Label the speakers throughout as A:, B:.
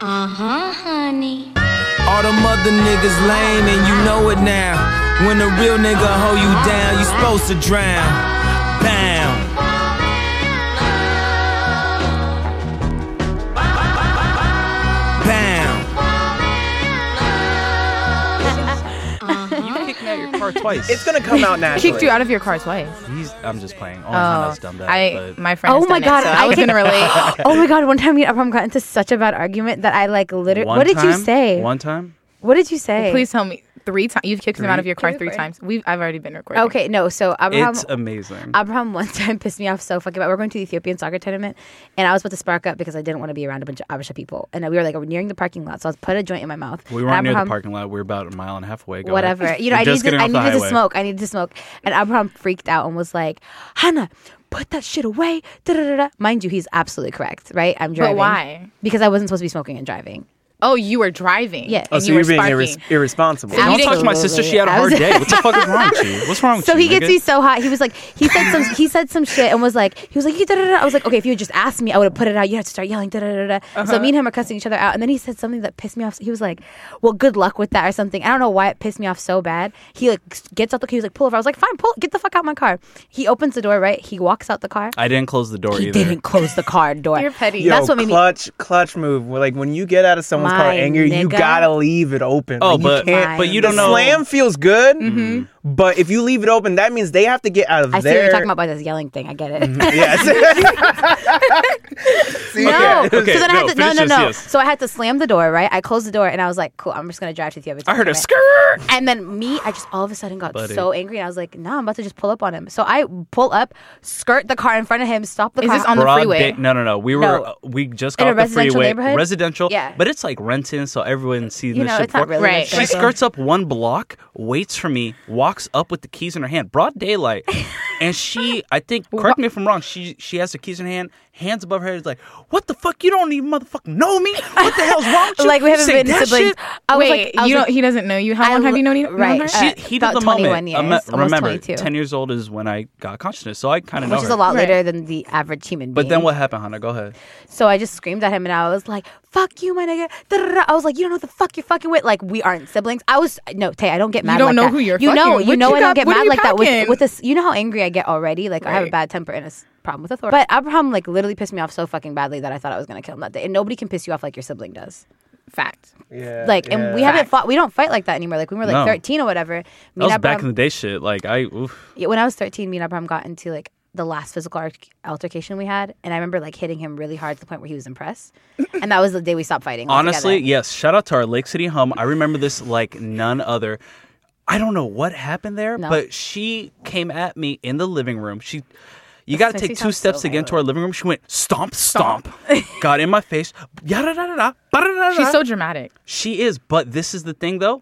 A: Uh huh, honey.
B: All the mother niggas lame and you know it now. When a real nigga hold you down, you supposed to drown. Bam. Bam.
A: Uh-huh,
C: Kicked me out of your car twice.
D: It's gonna come out naturally.
E: Kicked you out of your car twice.
C: He's, I'm just playing. Oh,
E: Oh,
C: Hannah's done that.
E: I
C: but-
E: my friend. has
F: Oh my
E: done it,
F: God,
E: so
F: I
E: I was
F: can-
E: gonna relate.
F: Oh my god! One time me and Abram got into such a bad argument that I like literally.
C: One
F: What did you
C: time-
F: say?
C: One time?
F: What did you say?
E: Please tell me three times. You've kicked him out of
C: Three?
E: your car
F: Can we
E: three
F: record?
E: times. We've I've already been recording.
F: Okay, no. So Abraham,
C: It's amazing.
F: Abraham one time pissed me off so fucking bad. We We're going to the Ethiopian soccer tournament, and I was about to spark up because I didn't want to be around a bunch of Abisha people. And we were like nearing the parking lot, so I was put a joint in my mouth.
C: we
F: And
C: weren't near the
F: Abraham-
C: parking lot. We were about a mile and a half away. Go ahead.
F: whatever. You know, I
C: You're just
F: needed,
C: getting
F: I
C: off the
F: needed to
C: highway.
F: smoke. I needed to smoke. And Abraham freaked out and was like, Hannah, put that shit away. Da, da, da, da. Mind you, he's absolutely correct, right? I'm driving.
E: why?
F: Because I wasn't supposed to be smoking and driving.
E: Oh, you were driving.
F: Yeah.
D: Oh,
E: and
D: so
E: you
D: you
E: were
D: are being
E: sparking.
D: irres- irresponsible.
E: And
C: Don't
E: you
C: touch my sister. She had a hard day. What the fuck is wrong with you? What's wrong with
F: So
C: you?
F: he gets
C: nigga?
F: me so hot. He was like, he said some, he said some shit and was like, he was like, da, da, da, da. I was like, okay, if you had just asked me, I would have put it out. You had to start yelling, da da da da.
C: Uh-huh.
F: So me and him are cussing each other out, and then he said something that pissed me off. He was like, well, good luck with that or something. I don't know why it pissed me off so bad. He like gets out the, he was like, pull over. I was like, fine, pull, get the fuck out my car. He opens the door, right? He walks out the car.
C: I didn't close the door
F: he
C: either.
F: didn't close the car door.
E: You're petty.
F: That's what made me.
D: clutch, clutch move. Where, Like when you get out of someone's car
F: My
D: angry, you
F: nigga.
D: gotta leave it open.
C: Oh,
D: Like, you
C: but
D: can't-
C: but you
D: the
C: don't know.
D: slam feels good, but if you leave it open, that means they have to get out of
F: Mm-hmm. I see what
D: there.
F: you're talking about by this yelling thing. I get it.
D: Yes. See,
F: No.
C: Okay,
F: so then I
C: no,
F: had to no
C: finish
F: no
C: this,
F: no.
C: yes.
F: So I had to slam the door, right? I closed the door and I was like, cool, I'm just gonna drive to the other.
C: I heard a skirt.
F: And then me, I just all of a sudden got
C: Buddy.
F: so angry and I was like, nah, I'm about to just pull up on him. So I pull up, skirt the car in front of him, stop the
E: Is
F: car.
E: this on the
C: Broad
E: freeway?
C: day- no, no, no. We were
F: No.
C: uh, we just
F: In
C: got
F: a
C: off the
F: residential
C: freeway.
F: neighborhood?
C: Residential,
F: Yeah.
C: but it's like Renton, so everyone sees
F: you
C: this
F: know,
C: shit.
F: it's not
C: before-
F: really
E: Right.
F: like
E: She
C: She
F: that.
C: skirts up one block, waits for me, walks up with the keys in her hand, broad daylight, and she, I think, correct me if I'm wrong, she she has the keys in her hand, hands above her head, is like, "What the fuck? You don't even motherfucking know me? What the hell's wrong with you?"
F: like we
C: You
F: haven't
C: say
F: been
C: that
F: siblings.
C: shit?"
F: I was
E: Wait,
F: like, I was
E: you don't.
F: like,
E: he doesn't know you. How
F: I
E: long have
F: lo-
E: you known him?
F: right.
E: known her?
F: She-
C: She, heated
F: about
C: the moment.
F: 21 years,
C: Ame-
F: almost
C: remember,
F: 22.
C: ten years old is when I got consciousness, so I kind of know
F: which is
C: her.
F: a lot
E: Right.
F: later than the average human being.
C: But then what happened, Hannah? Go ahead.
F: So I just screamed at him and I was like, fuck you, my nigga. Da-da-da. I was like, you don't know what the fuck you're fucking with. Like, we aren't siblings. I was, no, Tay, I don't get mad
E: don't
F: like
E: know
F: that.
E: who you're
F: You
E: fucking
F: know,
E: with.
F: you
E: What
F: know,
E: you
F: I don't
E: got-
F: get
E: what are
F: mad
E: you
F: like that with,
E: packing?
F: with this. You know how angry I get already? Like, I have a
E: Right.
F: bad temper and a s- problem with authority. But Abraham, like, literally pissed me off so fucking badly that I thought I was going to kill him that day. And nobody can piss you off like your sibling does.
E: Fact.
D: Yeah,
F: Like, and we
D: yeah.
F: haven't fought, we don't fight like that anymore. Like, when we were like
C: No.
F: 13 or whatever.
C: That
F: Me
C: was
F: and
C: back in
F: Abraham,
C: the day, shit. Like I, oof.
F: yeah, when I was 13, me and Abraham got into like, the last physical alter- altercation we had, and I remember like hitting him really hard to the point where he was impressed, and that was the day we stopped fighting.
C: honestly,
F: altogether.
C: yes. Shout out to our Lake City home. I remember this like none other. I don't know what happened there,
F: No.
C: but she came at me in the living room. She. You got to
F: makes me
C: take two
F: sound so
C: steps to get into our living room. She went stomp, stomp, got in my face. Yada da da da, da da
E: She's so dramatic.
C: She is, but this is the thing though.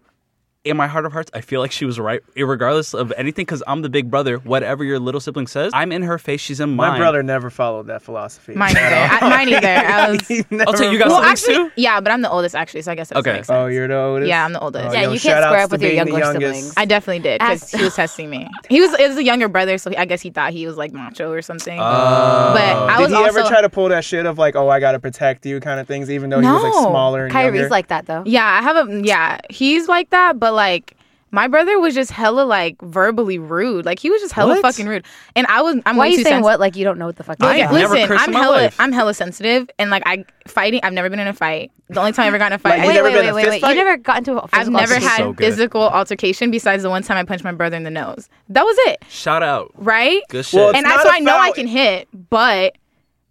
C: In my heart of hearts, I feel like she was right, regardless of anything, because I'm the big brother. Whatever your little sibling says, I'm in her face. She's in
D: My
C: mine.
D: brother never followed that philosophy.
E: Mine either. I, mine either. I was.
C: Oh, so you got
E: Well,
C: siblings
E: actually,
C: too?
E: yeah, but I'm the oldest actually, so I guess that doesn't
C: Okay.
E: make sense.
D: Oh, you're the oldest.
E: Yeah, I'm the oldest.
D: Oh,
E: Yeah,
D: yo,
F: you can't
D: shout
F: square
D: outs
F: up with
D: to
F: your
D: being the
F: younger
D: youngest.
F: siblings.
E: I definitely did because
F: As-
E: he was testing me. He was it was a younger brother, so he, I guess he thought he was like macho or something.
C: Oh.
E: but I
D: Did
E: was
D: he
E: also
D: ever try to pull that shit of like, oh, I gotta protect you kind of things, even though he was like
E: No.
D: smaller and
F: Kyrie's
D: younger?
F: like that though.
E: yeah. I have a yeah. He's like that, but like my brother was just hella like verbally rude. Like he was just hella
C: What?
E: fucking rude, and I was I'm
F: Why are
E: way
F: you
E: too
F: saying
E: sensi-
F: what? Like you don't know what the fuck.
C: I
F: you're
E: Okay,
C: have
F: doing.
C: never
E: listen,
C: cursed
E: I'm
C: in my
E: hella
C: life.
E: I'm hella sensitive, and like I fighting. I've never been in a fight. The only time I ever got in a fight,
D: Like,
E: I
D: you
E: did-
F: wait,
D: never
F: wait,
D: been in
F: wait,
D: a
F: wait,
D: fist
F: wait.
D: fight?
F: You never got into a
E: I've
F: physical
E: never
C: is
E: had
C: so good.
E: physical altercation besides the one time I punched my brother in the nose. That was it,
C: Shout out.
E: right?
C: Good shit.
D: Well, it's
E: and I,
D: not
E: so
D: a
E: I know I
D: foul.
E: can hit, but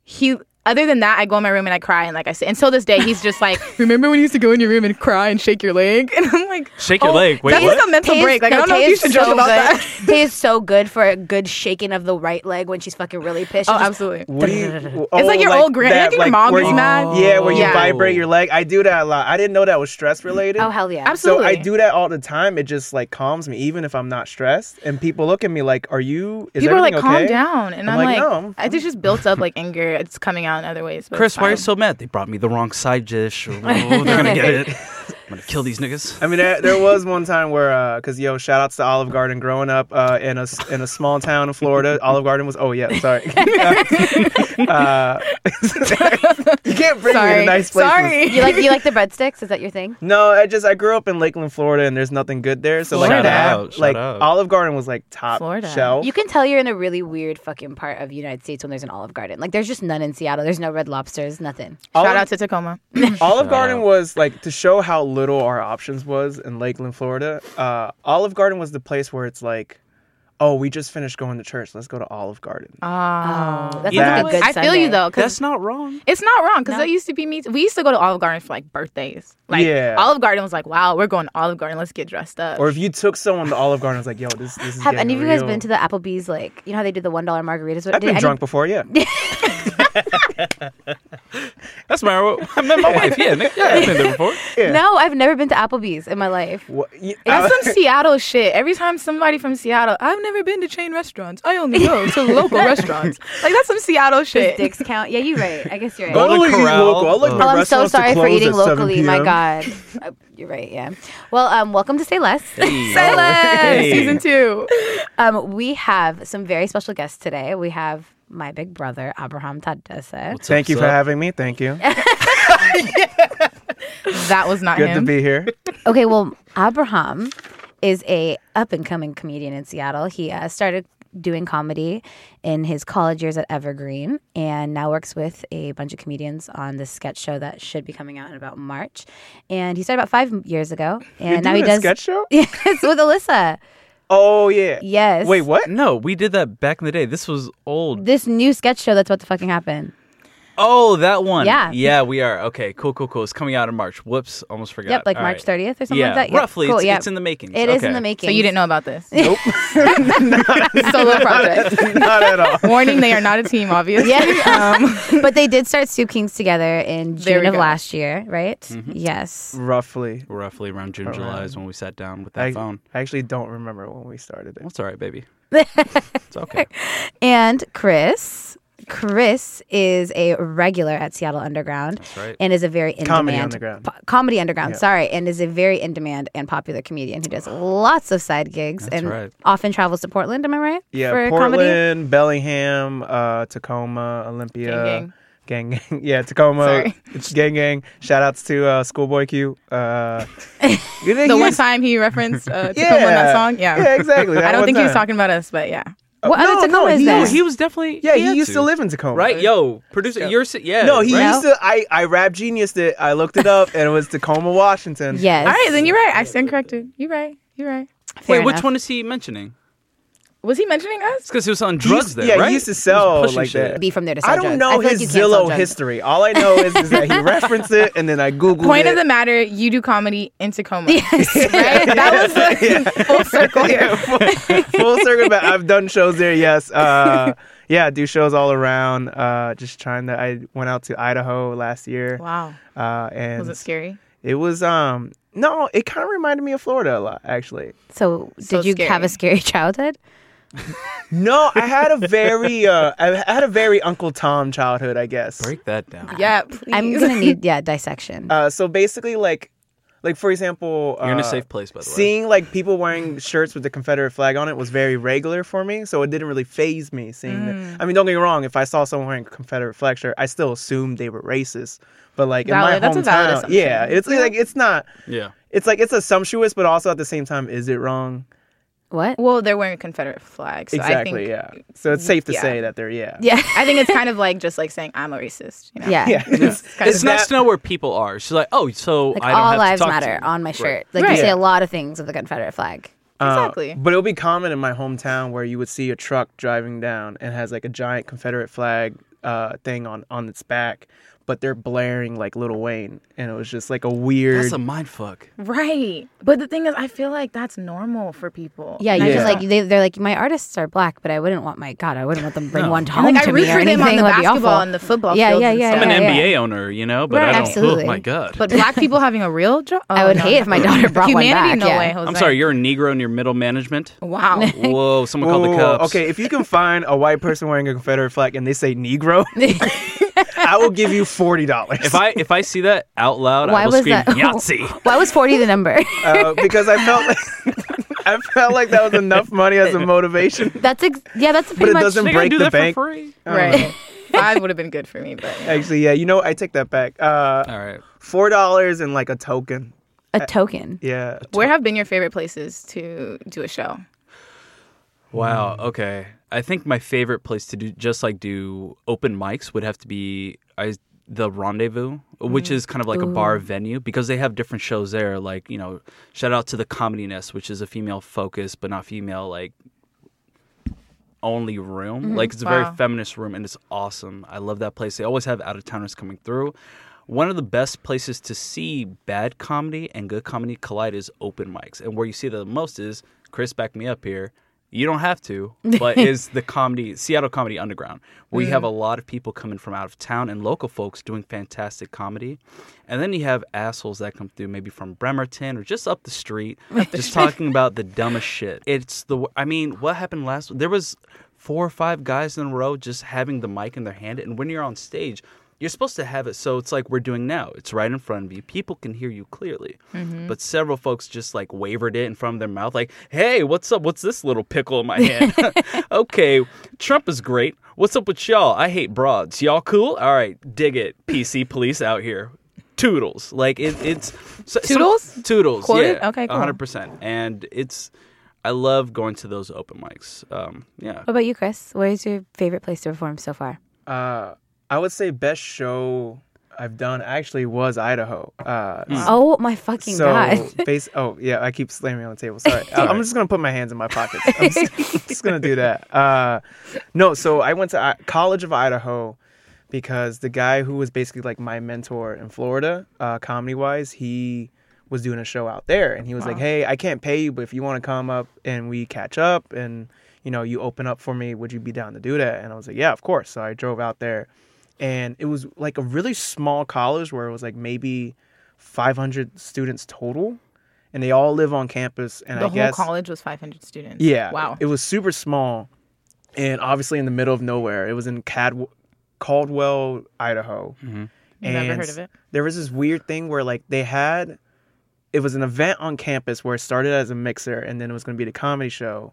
E: he. Other than that, I go in my room and I cry and like I say, until this day, he's just like, "Remember when you used to go in your room and cry and shake your leg?" And I'm like,
C: Shake your
E: "Oh,
C: leg. Wait,
E: that's
C: what?
E: like a mental
F: Tay is-
E: break. Like
F: no,
E: I don't know
F: Tay
E: if you
F: is
E: should
F: so
E: joke about
F: good.
E: that.
F: Tay is so good for a good shaking of the right leg when she's fucking really pissed.
E: Oh,
F: She's just-
E: absolutely.
D: What do you, oh,
E: It's like your old gran-
D: that,
E: like your mom
D: where
E: gets
D: you-
E: mad.
D: Yeah, where you
E: Yeah.
D: vibrate your leg. I do that a lot. I didn't know that was stress related.
F: Oh hell yeah.
E: Absolutely.
D: So I do that all the time. It just like calms me, even if I'm not stressed. And people look at me like, "Are you? Is
E: People are like,
D: everything
E: "Calm
D: okay?"
E: down," and
D: I'm
E: I'm,
D: like,
E: like,
D: "No, I'm-
E: I just just built up like anger. It's coming out in other ways. But
C: Chris,
E: it's
C: why are you
E: fine.
C: so mad? They brought me the wrong side dish. Oh, they're gonna get it. I'm gonna kill these niggas.
D: I mean, there, there was one time where, because yo, shout outs to Olive Garden. Growing up uh, in a s- in a small town in Florida, Olive Garden was. Oh yeah, sorry. uh, You can't bring me
E: Sorry.
D: to nice places.
E: Sorry.
F: You like you like the breadsticks? Is that your thing?
D: No, I just I grew up in Lakeland, Florida, and there's nothing good there. So like
C: Shout
D: that,
C: out, shout
D: like
C: out.
D: Olive Garden was like top
E: Florida.
D: shelf.
F: You can tell you're in a really weird fucking part of the United States when there's an Olive Garden. Like there's just none in Seattle. There's no Red Lobsters, nothing.
E: Shout
D: Olive,
E: out to Tacoma.
D: Olive Garden was like to show how little our options was in Lakeland, Florida. Uh, Olive Garden was the place where it's like, oh, we just finished going to church. Let's go to Olive Garden.
F: Uh,
E: Oh.
F: That's
C: Yeah.
F: like a good
E: I feel you
F: Sunday.
E: though, because
C: That's not wrong.
E: it's not wrong. Because it used to be me. We used to go to Olive Garden for like birthdays. Like
D: Yeah.
E: Olive Garden was like, wow, we're going to Olive Garden. Let's get dressed up.
D: Or if you took someone to Olive Garden, it's like, yo, this, this is
F: Have
D: getting
F: any of you guys
D: real.
F: been to the Applebee's? Like you know how they do the one dollar margaritas?
D: I've
F: Did
D: been
F: any-
D: drunk before, yeah.
C: That's my I met my wife. Yeah, Nick, yeah, I've been there before.
F: No, I've never been to Applebee's in my life.
D: What- you-
E: That's some Seattle shit. Every time somebody from Seattle, I've never been to chain restaurants. I only go to local restaurants. Like that's some Seattle shit.
F: Dicks count. Yeah, you're right. I guess you're right.
D: Go to
C: Golden
D: like these
C: Corral.
D: local. I like
C: Oh.
F: Oh,
D: my
F: I'm so
D: restaurants to
F: sorry for
D: close
F: eating
D: at 7
F: locally. My
D: p.m..
F: God, Uh, you're right. Yeah. Well, um, welcome to Say Less.
E: Say less.
C: Hey.
E: Season two.
F: Um, we have some very special guests today. We have my big brother Abraham Tadese.
D: Thank you for
C: What's up?
D: having me. Thank you.
E: That was not
D: Good to
E: him.
D: be here.
F: Okay, well, Abraham is a up and coming comedian in Seattle. He uh, started doing comedy in his college years at Evergreen, and now works with a bunch of comedians on this sketch show that should be coming out in about March. And he started about five years ago, and now he
D: Doing a
F: does
D: sketch show.
F: yes with Alyssa.
D: Oh yeah.
F: Yes.
D: Wait, what?
C: No, we did that back in the day. This was old.
F: This new sketch show that's about to fucking happen.
C: Oh, that one.
F: Yeah.
C: Yeah, we are. Okay, cool, cool, cool. It's coming out in March. Whoops, almost forgot.
F: Yep, like
C: All
F: March
C: right.
F: 30th or something
C: yeah,
F: like that. Yep,
C: roughly.
F: cool,
C: it's,
F: yeah.
C: it's in the making.
F: It is in the
E: So
F: making.
E: you didn't know about this.
D: Nope.
E: Solo project.
D: Not at all.
E: Warning, they are not a team, obviously. Um,
F: Yeah. but they did start Soup Kings together in
E: There
F: June
E: we
F: of
E: go.
F: last year, right?
C: Mm-hmm.
F: Yes.
D: Roughly.
C: Roughly around June, July is when we sat down with that
D: I,
C: phone.
D: I actually don't remember when we started it.
C: That's all right, baby. it's okay.
F: And Chris. Chris is a regular at Seattle Underground
C: right.
F: and is a very in
D: Comedy
F: demand
D: Underground.
F: po- comedy underground, sorry, and is a very in demand and popular comedian who does lots of side gigs and
C: right.
F: often travels to Portland, am I right?
D: Yeah,
F: For comedy.
D: Portland, Bellingham, uh, Tacoma, Olympia, gang gang. Yeah, Tacoma,
E: Sorry.
D: it's gang gang. Shout outs to uh, Schoolboy Q. Uh, you think
E: The
D: he
E: one
D: was-
E: time he referenced uh, Tacoma
D: yeah.
E: in that song. Yeah.
D: yeah, exactly.
E: I
D: that
E: don't
D: one
E: think he was
D: time.
E: talking about us, but yeah.
F: What
D: Uh,
F: other
D: no,
F: Tacoma
D: no,
F: is
D: he
F: there?
C: No, he was definitely.
D: Yeah, he used
C: had
D: to live in Tacoma,
C: Right, yo, producer, you're si- yeah.
D: No, he
C: right?
D: used to. I I rap geniused it. I looked it up, and it was Tacoma, Washington.
F: yes.
E: All right, then you're right. I stand corrected. You're right. You're right.
F: Fair
C: Wait, which
F: enough.
C: one is he mentioning?
E: Was he mentioning us?
C: It's because he was on
D: He used-
C: drugs there,
D: yeah,
C: right?
D: he used to
C: was
D: sell
C: pushing
D: like
C: shit.
D: that.
F: be from there to sell
D: I
F: drugs.
D: don't know
F: feel like
D: his
F: you can't sell
D: Zillow
F: drugs.
D: history. All I know is, is that he referenced it, and then I googled
E: Point
D: it.
E: of the matter, you do comedy in Tacoma.
F: Yes.
E: Right? That was the full circle here.
D: full circle back. I've done shows there. Yes. Uh, yeah, I do shows all around. Uh, just trying to. I went out to Idaho last year.
E: Wow.
D: Uh, and
E: Was it scary?
D: It was. Um, no, it kind of reminded me of Florida a lot, actually.
F: So,
E: So
F: did you have
E: scary.
F: a scary childhood?
D: No, I had a very, uh, I had a very Uncle Tom childhood, I guess.
C: Break that down.
E: Yeah, please.
F: I'm gonna need yeah dissection.
D: Uh, so basically, like, like for example,
C: You're in a
D: uh,
C: safe place, by the way.
D: Seeing like people wearing shirts with the Confederate flag on it was very regular for me, so it didn't really phase me. Seeing,
E: Mm.
D: the, I mean, don't get me wrong. If I saw someone wearing a Confederate flag shirt, I still assumed they were racist. But like in my
E: Valid. That's a valid
D: hometown,
E: assumption.
D: yeah, it's like it's not.
C: Yeah.
D: It's like it's a sumptuous, but also at the same time, is it wrong?
F: what?
E: well, they're wearing a Confederate flag. So
D: exactly.
E: I think,
D: yeah. So it's safe to
E: yeah.
D: say that they're yeah.
F: Yeah,
E: I think it's kind of like just like saying I'm a racist. You know?
F: yeah.
D: Yeah. It's,
E: kind
C: It's
E: of
C: nice
D: that-
C: to know where people are. She's like, oh, so
F: Like
C: I don't
F: all
C: have
F: lives
C: to talk to
F: matter
C: you.
F: on my shirt. Like
E: Right.
F: you say
D: Yeah.
F: a lot of things with the Confederate flag.
D: uh,
E: Exactly.
D: but it would be common in my hometown where you would see a truck driving down and has like a giant Confederate flag uh, thing on on its back, but they're blaring like Little Wayne, and it was just like a weird.
C: That's a mind fuck.
E: Right. But the thing is, I feel like that's normal for people.
F: Yeah,
E: And I
F: you just
D: Yeah.
E: just
F: like
E: don't-
F: they, they're like my artists are black, but I wouldn't want my God, I wouldn't want them to bring one home
E: like I
F: to
E: root
F: me or
E: for them on
F: anything.
E: the
F: That'd be
E: basketball
F: awful.
E: and the football.
F: Yeah,
E: fields
F: yeah,
E: and
F: yeah,
E: stuff.
C: I'm an
F: yeah, yeah.
C: NBA owner, you know, but I
E: Right.
C: don't.
F: Absolutely.
C: Oh my god.
E: But black people having a real job.
F: I would hate if my daughter brought one
E: Humanity,
F: back,
E: no
F: yeah.
E: way, Jose.
C: I'm sorry, you're a Negro and you're middle management.
E: Wow.
C: Whoa,
D: Whoa,
C: someone called
D: whoa,
C: the
D: whoa.
C: cops.
D: Okay, if you can find a white person wearing a Confederate flag and they say Negro, I will give you forty dollars.
C: If I if I see that out loud,
F: Why
C: I will
F: was
C: scream
F: that?
C: Yahtzee.
F: Why was forty the number?
D: Uh, because I felt like I felt like that was enough money as a motivation.
F: that's ex- yeah, that's pretty
D: it
F: much
D: doesn't-
C: They gonna
D: break
C: do
D: the
C: that
D: bank.
C: for free.
E: Right. Five would have been good for me, but
D: Actually, yeah, you know, I take that back. Uh,
C: All right.
D: Four dollars and like a token.
F: A token.
D: Yeah,
E: where have been your favorite places to do a show?
C: Wow. Okay. I think my favorite place to do just like do open mics would have to be I the Rendezvous, which is kind of like a bar venue because they have different shows there. Like you know, shout out to the Comedy Nest, which is a female focused but not female like only room. Like it's a
E: Wow.
C: very feminist room and it's awesome. I love that place. They always have out of towners coming through. One of the best places to see bad comedy and good comedy collide is open mics. And where you see that the most is Chris back me up here. You don't have to, but is the comedy Seattle Comedy Underground, where you have a lot of people coming from out of town and local folks doing fantastic comedy. And then you have assholes that come through maybe from Bremerton or just up the street, just talking about the dumbest shit. It's the I mean, what happened last there was four or five guys in a row just having the mic in their hand. And when you're on stage, you're supposed to have it. So it's like we're doing now. It's right in front of you. People can hear you clearly. But several folks just like wavered it in front of their mouth, like, hey, what's up? What's this little pickle in my hand? okay, Trump is great. What's up with y'all? I hate broads. Y'all cool? All right, dig it. PC police out here. Toodles. Like it, it's. So, so-
E: Toodles?
C: toodles.
E: Quoted?
C: Yeah,
E: Okay, cool.
C: 100%. And it's. I love going to those open mics. Um, yeah.
F: What about you, Chris? Where's your favorite place to perform so far?
D: uh, I would say best show I've done actually was Idaho. Uh,
E: Mm.
F: Oh my fucking
D: so
F: god!
D: base. Oh yeah, I keep slamming on the table. Sorry, Uh, I'm just gonna put my hands in my pockets. I'm just, just gonna do that. Uh, no, so I went to I- College of Idaho because the guy who was basically like my mentor in Florida, uh, comedy wise, he was doing a show out there, and he was like, "Hey, I can't pay you, but if you want to come up and we catch up, and you know, you open up for me, would you be down to do that?" And I was like, "Yeah, of course." So I drove out there. And it was like a really small college where it was like maybe 500 students total, and they all live on campus. And
E: The
D: I
E: whole
D: guess
E: college was 500 students.
D: yeah,
E: Wow.
D: it was super small, and obviously in the middle of nowhere. It was in Cad- Caldwell, Idaho.
C: Mm-hmm.
E: Never
D: And
E: heard of it.
D: There was this weird thing where like they had, it was an event on campus where it started as a mixer and then it was going to be the comedy show,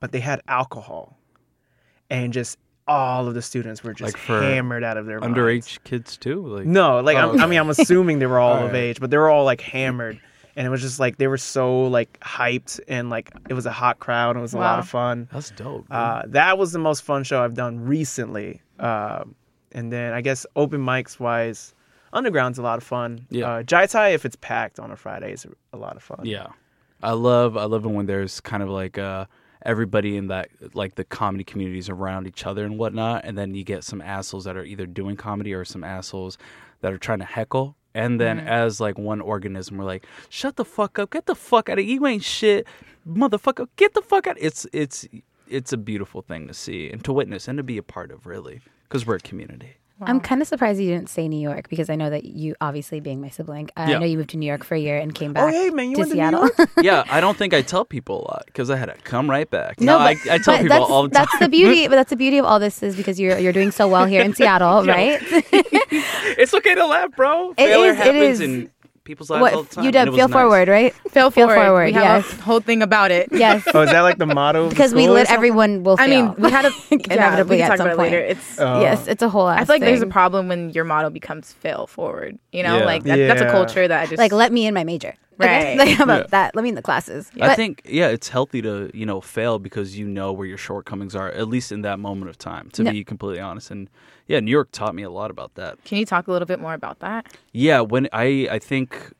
D: but they had alcohol, and just all of the students were just
C: Like for
D: hammered out of their minds.
C: Underage kids too. Like
D: No, like I'm, I mean, I'm assuming they were all, of
C: Oh. right.
D: age, but they were all like hammered, and it was just like they were so like hyped, and like it was a hot crowd, and it was a lot
E: Wow.
D: of fun.
C: That's dope. man.
D: Uh, that was the most fun show I've done recently, Um and then I guess open mics wise, underground's a lot of fun.
C: Yeah.
D: uh, Jai Tai if it's packed on a Friday is a lot of fun.
C: Yeah, I love I love it when there's kind of like uh, everybody in that like the comedy communities around each other and whatnot, and then you get some assholes that are either doing comedy or some assholes that are trying to heckle. And then
F: Mm-hmm.
C: as like one organism, we're like, shut the fuck up, get the fuck out of you ain't shit, motherfucker, get the fuck out. It's it's it's a beautiful thing to see and to witness and to be a part of, really, because we're a community.
F: I'm kind of surprised you didn't say New York because I know that you, obviously being my sibling, I
C: Yeah.
F: know you moved to New York for a year and came
D: Oh
F: back
D: hey man, you
F: to
D: went
F: Seattle.
D: to New York?
C: yeah, I don't think I tell people a lot because I had to come right back. No, I, I tell
F: but
C: people
F: that's,
C: all the time.
F: that's the beauty. But that's the beauty of all this is because you're you're doing so well here in Seattle, right?
C: It's okay to laugh, bro.
F: It
C: Failure
F: is- it
C: happens
F: is.
C: in people's lives all
F: what
C: the time.
F: you
C: and it
F: did?
C: was
F: Feel
C: nice.
F: forward, right?
E: Feel forward.
F: forward,
E: We have
F: yes.
E: a whole thing about it.
F: Yes,
D: Oh, is that like the motto? of the
F: because we
D: school or
F: lit.
D: something?
F: Everyone will.
E: I mean,
F: fail.
E: we had a yeah, uh, we
F: inevitably
E: can
F: at
E: talk
F: some
E: about it
F: point.
E: later. It's
D: Oh.
F: yes, it's a whole.
E: I
F: ass
E: feel like there's a
F: thing.
E: problem when your model becomes fail forward. You know,
C: Yeah.
E: like that, that's a
D: Yeah.
E: culture that I just
F: Like, let me in my major. Okay?
E: Right.
F: Like, how about
C: Yeah.
F: that? Let me in the classes.
C: I
F: But-
C: think yeah, it's healthy to you know fail because you know where your shortcomings are at least in that moment of time. To be completely honest, and yeah, New York taught me a lot about that.
E: Can you talk a little bit more about that?
C: Yeah, when I I think,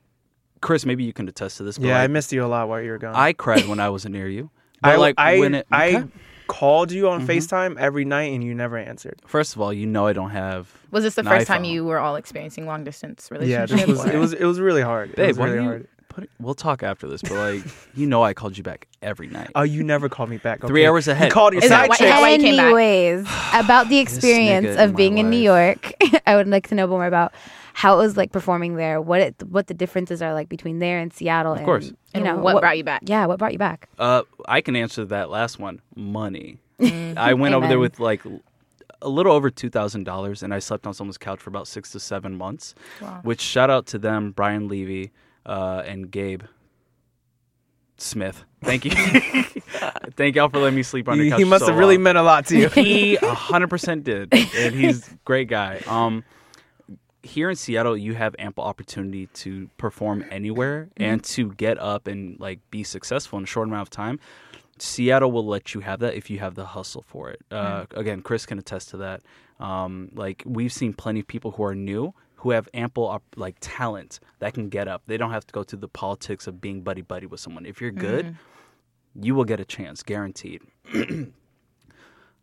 C: Chris, maybe you can attest to this. But
D: Yeah, I
C: like,
D: missed you a lot while you were gone.
C: I cried when I was near you.
D: I
C: But, like
D: I,
C: when it,
D: I
C: Okay. Mm-hmm.
D: called you on FaceTime every night and you never answered.
C: first of all, you know I don't have.
E: Was this the
C: an
E: first time
C: iPhone.
E: you were all experiencing long distance
D: Yeah,
E: relationships?
D: this was it
E: or-
D: was it was really hard. It
C: Babe,
D: was
C: why
D: really
C: do you
D: hard.
C: put it- we'll talk after this, but like you know, I called you back every night.
D: Oh, you never called me back.
C: Three
D: okay.
C: hours
D: You
C: ahead.
D: called your
E: Is that
D: side
E: why-
D: chick.
E: how I came back.
F: Anyways, about the experience
C: nigga in
F: of
C: my
F: being in New
C: life.
F: York, I would like to know more about how it was like performing there. What it, what the differences are like between there and Seattle. Of and,
C: course.
F: you
E: And
F: know
E: what brought you back?
F: Yeah, what brought you back?
C: Uh, I can answer that last one. Money. I went over there
F: Amen.
C: with like l- a little over two thousand dollars, and I slept on someone's couch for about six to seven months. Which shout out to them, Brian Levy uh, and Gabe. Smith. Thank you. Thank y'all for letting me sleep on your
D: He,
C: couch.
D: he must
C: so
D: have really
C: long.
D: meant a lot to you.
C: He 100% did. And he's a great guy. Um, here in Seattle, you have ample opportunity to perform anywhere and to get up and like be successful in a short amount of time. Seattle will let you have that if you have the hustle for it. Uh, Again, Chris can attest to that. Um, like we've seen plenty of people who are new who have ample op- like talent that can get up. They don't have to go through the politics of being buddy buddy with someone. If you're good, you will get a chance, guaranteed.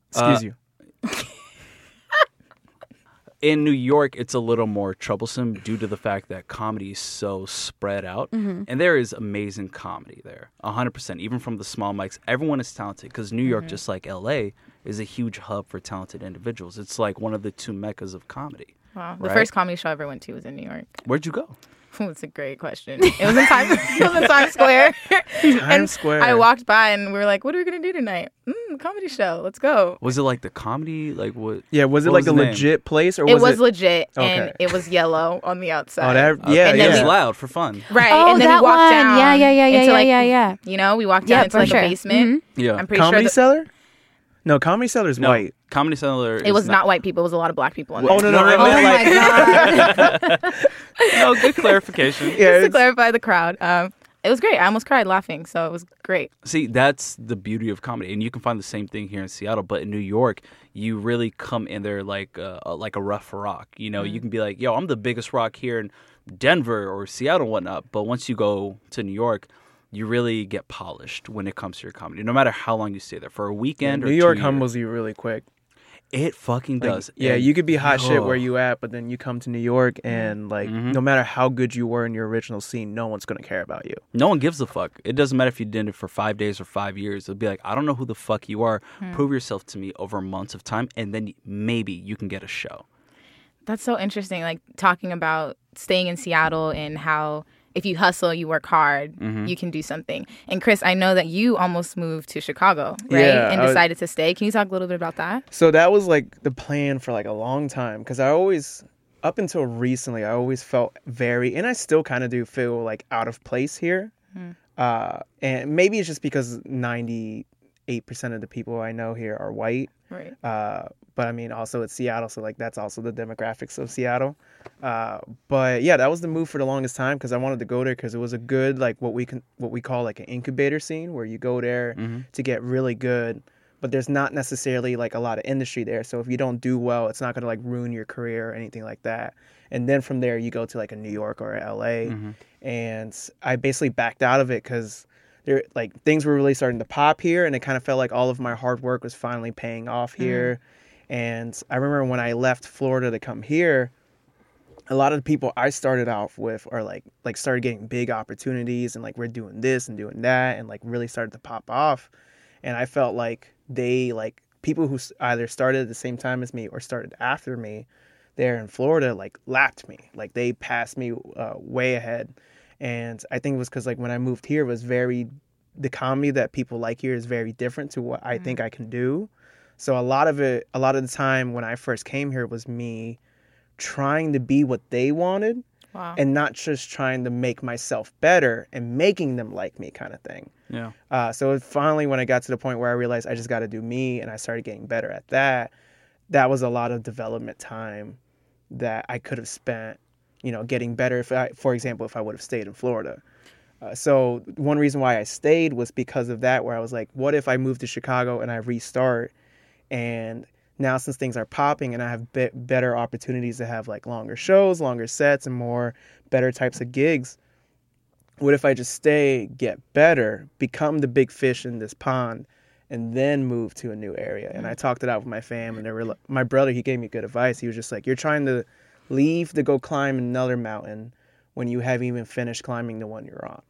D: Excuse you.
C: in New York, it's a little more troublesome due to the fact that comedy is so spread out.
E: Mm-hmm.
C: And there is amazing comedy there, 100%. Even from the small mics, everyone is talented because New
E: Mm-hmm.
C: York, just like LA, is a huge hub for talented individuals. It's like one of the two meccas of comedy.
E: Wow. The
C: Right.
E: first comedy show I ever went to was in New York.
C: Where'd you go?
E: That's a great question. It was in Times, it was in Times Square.
D: Times Square.
E: I walked by and we were like, what are we going to do tonight? Mm, comedy show. Let's go.
C: Was it like the comedy? Like what?
D: Yeah, was it
C: what
D: like a
C: the name?
D: legit place or
E: it
D: was
E: was legit and
D: Okay.
E: it was yellow on the outside.
D: Oh, that, yeah,
E: And
C: it
E: then
C: was
E: we-
D: yeah.
C: loud for fun.
E: Right.
F: Oh,
E: and then
F: that
E: we walked
F: one.
E: down.
F: Yeah, yeah, yeah, yeah,
E: into,
F: yeah,
E: like,
F: yeah, yeah.
E: You know, we walked
F: Yeah,
E: down into
F: for
E: like
F: sure. Mm-hmm.
E: a basement.
C: Yeah.
E: I'm pretty sure
D: Comedy
E: that-
D: Cellar? No, Comedy Cellar's
C: No,
D: white.
C: Comedy Cellar.
E: it was not white people. It was a lot of black people. In
D: Oh,
E: there.
D: no, no, I
C: no,
F: Oh
D: meant
C: no.
D: like,
F: my god.
C: no, good clarification.
D: yeah,
E: Just to
D: it's-
E: clarify the crowd, um, it was great. I almost cried laughing, so it was great.
C: See, that's the beauty of comedy, and you can find the same thing here in Seattle. But in New York, you really come in there like a, a- like a rough rock. You know,
D: Mm.
C: you can be like, "Yo, I'm the biggest rock here in Denver or Seattle, and whatnot." But once you go to New York, you really get polished when it comes to your comedy. No matter how long you stay there, for a weekend, or
D: New York
C: two
D: humbles you really quick.
C: years, it fucking
D: Like,
C: does.
D: yeah,
C: And-
D: you could be hot shit where
C: Ugh.
D: you at, but then you come to New York and like no matter how good you were in your original scene, no one's gonna care about you.
C: No one gives a fuck. It doesn't matter if you did it for five days or five years. It'll be like, I don't know who the fuck you are.
D: Hmm.
C: Prove yourself to me over months of time, and then maybe you can get a show.
E: That's so interesting. Like talking about staying in Seattle and how if you hustle, you work hard,
D: Mm-hmm.
E: you can do something. And Chris, I know that you almost moved to Chicago, right?
D: Yeah,
E: and
D: I was-
E: decided to stay. Can you talk a little bit about that?
D: So that was like the plan for like a long time because I always, up until recently, I always felt very, and I still kind of do feel like out of place here. Uh, and maybe it's just because ninety eight percent of the people I know here are white.
E: Right.
D: Uh, but I mean, also it's Seattle, so like that's also the demographics of Seattle. Uh, but yeah, that was the move for the longest time because I wanted to go there because it was a good like what we can what we call like an incubator scene where you go there to get really good, but there's not necessarily like a lot of industry there. So if you don't do well, it's not gonna like ruin your career or anything like that. And then from there, you go to like a New York or a LA, and I basically backed out of it because there like things were really starting to pop here and it kind of felt like all of my hard work was finally paying off here and i remember when i left florida to come here a lot of the people i started off with are like like started getting big opportunities and like we're doing this and doing that and like really started to pop off and i felt like they like people who s- either started at the same time as me or started after me there in Florida like lapped me. Like they passed me uh, way ahead. And I think it was because like when I moved here, it was very the comedy that people like here is very different to what I think I can do. So a lot of it, a lot of the time when I first came here was me trying to be what they wanted
E: Wow.
D: and not just trying to make myself better and making them like me kind of thing.
C: Yeah.
D: Uh, so it finally, when I got to the point where I realized I just got to do me and I started getting better at that, that was a lot of development time that I could have spent, you know, getting better. If I, for example, if I would have stayed in Florida. Uh, so one reason why I stayed was because of that, where I was like, what if I move to Chicago and I restart? And now since things are popping and I have be- better opportunities to have like longer shows, longer sets, and more better types of gigs, what if I just stay, get better, become the big fish in this pond, and then move to a new area? And I talked it out with my fam, and they were like, my brother. He gave me good advice. He was just like, "You're trying to leave to go climb another mountain when you haven't even finished climbing the one you're on."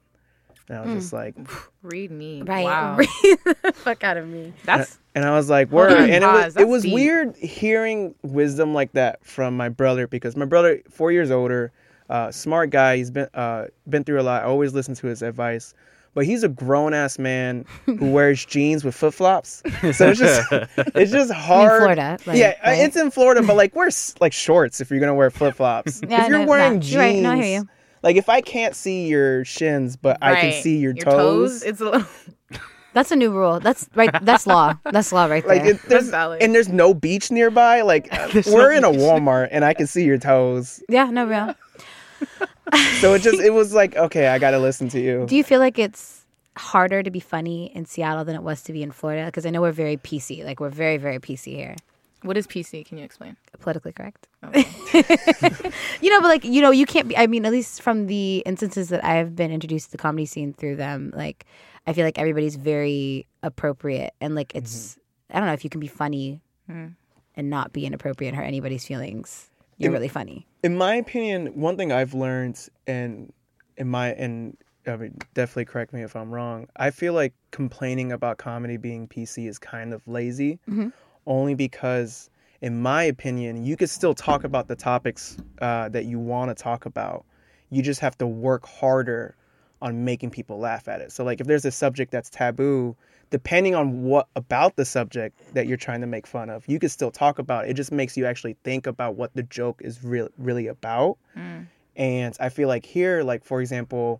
D: And I was just like,
E: Read me.
F: Right.
E: Wow.
F: Fuck out of me.
E: That's
D: and I was like, "Word!"
E: on,
D: And it
E: pause.
D: was,
E: That's
D: it was
E: deep.
D: weird hearing wisdom like that from my brother because my brother, four years older, uh, smart guy. He's been uh, been through a lot. I always listen to his advice, but he's a grown ass man who wears jeans with flip flops. So it's just it's just hard.
F: Florida, like,
D: yeah, uh,
F: right?
D: it's in Florida, but like we're like shorts if you're gonna wear flip flops.
F: Yeah,
D: if you're
F: no,
D: wearing
F: nah,
D: jeans,
F: you're right. No, I hear you.
D: Like if I can't see your shins, but I can
E: Right.
D: see your,
E: your
D: toes.
E: It's a little.
F: That's a new rule. That's right. That's law. That's law right
D: like
F: there.
D: it, there's
E: valid.
D: and there's no beach nearby. Like uh, we're in a Walmart and I can see your toes.
F: yeah, no real.
D: So it just it was like okay, I gotta listen to you.
F: Do you feel like it's harder to be funny in Seattle than it was to be in Florida? Because I know we're very PC. Like we're very very PC here.
E: What is PC? Can you explain?
F: Politically correct. you know, but like you know, you can't be. I mean, at least from the instances that I've been introduced to the comedy scene through them, like I feel like everybody's very appropriate and like it's. I don't know if you can be funny and not be inappropriate or anybody's feelings. You're really funny.
D: in my opinion, one thing I've learned, and in my and I mean, definitely correct me if I'm wrong. I feel like complaining about comedy being PC is kind of lazy, only because, in my opinion, you could still talk about the topics uh, that you want to talk about. You just have to work harder on making people laugh at it. So, like, if there's a subject that's taboo, depending on what about the subject that you're trying to make fun of, you can still talk about it. It just makes you actually think about what the joke is really really about. And I feel like here, like for example,